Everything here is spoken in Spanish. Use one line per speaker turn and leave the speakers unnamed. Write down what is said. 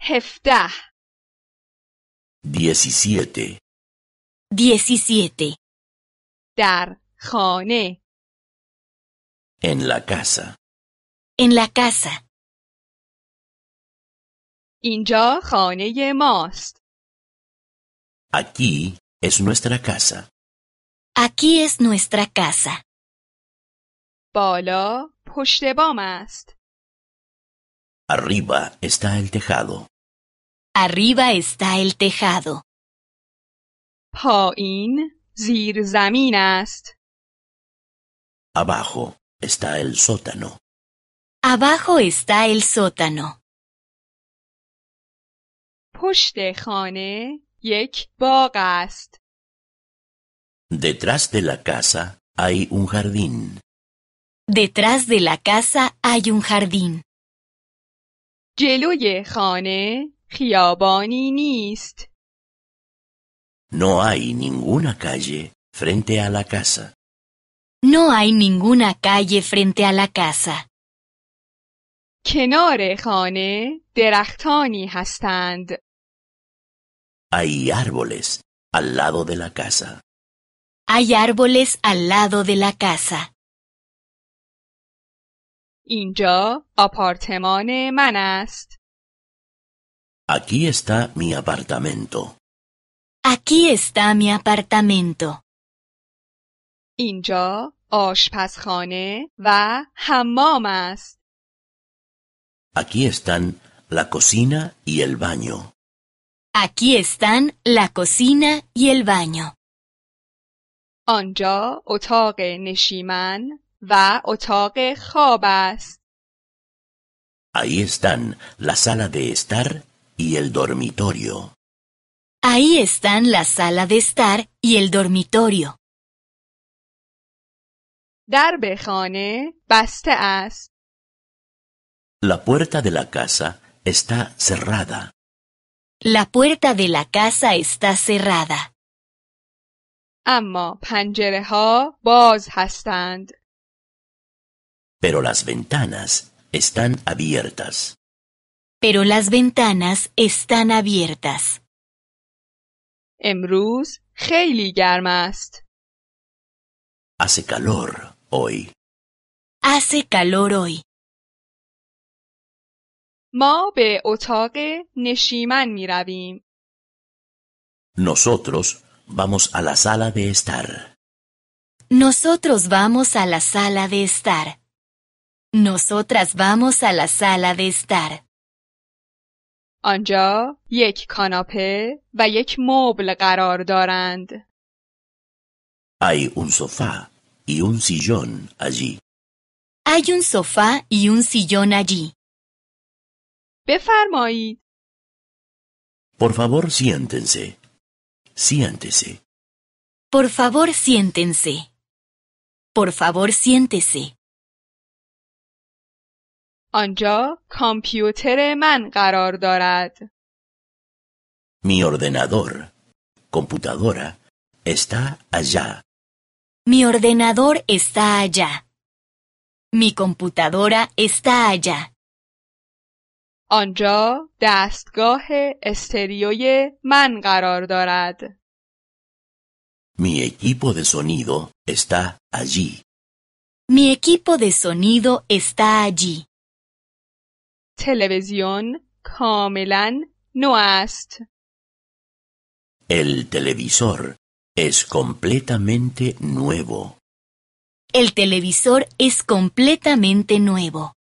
هفده
17.
17.
در خانه
En la casa.
En la casa.
اینجا خانه ماست
Aquí es nuestra casa.
Aquí es nuestra casa.
بالا پشت بام است
Arriba está el tejado.
Arriba está el tejado.
پایین زیر زمین است
Abajo está el sótano.
Abajo está el sótano.
پشت خانه یک باغ است
Detrás de la casa hay un jardín.
Detrás de la casa hay un jardín.
جلوی خانه خیابانی نیست
No hay ninguna calle frente a la casa.
No hay ninguna calle frente a la casa.
کنار خانه درختانی هستند
Hay árboles al lado de la casa.
Hay árboles al lado de la casa.
اینجا آپارتمان من است
Aquí está mi apartamento.
Aquí está mi apartamento.
اینجا آشپزخانه و حمام است
Aquí están la cocina y el baño.
Aquí están la cocina y el baño.
آنجا اتاق نشیمن و اتاق خواب است.
Ahí están la sala de estar y el dormitorio.
Ahí están la sala de estar y el dormitorio.
درب خانه بسته است.
La puerta de la casa está cerrada.
La puerta de la casa está cerrada,
اما پنجره ها باز هستند.
pero las ventanas están abiertas.
pero las ventanas están abiertas.
امروز خیلی گرم است.
Hace calor hoy.
Hace calor hoy.
ما به اتاق نشیمن می رویم.
Nosotros vamos a la sala de estar.
Nosotros vamos a la sala de estar. Nosotras vamos a la sala de estar.
آنجا یک کاناپه و یک مبل قرار دارند.
Hay un sofá y un sillón allí.
Hay un sofá y un sillón allí.
بفرمایید.
Por favor, siéntense. Siéntese.
Por favor, siéntense. Por favor, siéntese.
آنجا کامپیوتر من قرار دارد.
Mi ordenador, computadora, está allá.
Mi ordenador está allá. Mi computadora está allá.
آنجا دستگاه استریوی من قرار دارد.
Mi equipo de sonido está allí.
Mi equipo de sonido está allí.
تلویزیون کاملا نو است.
El televisor es completamente nuevo.
El televisor es completamente nuevo.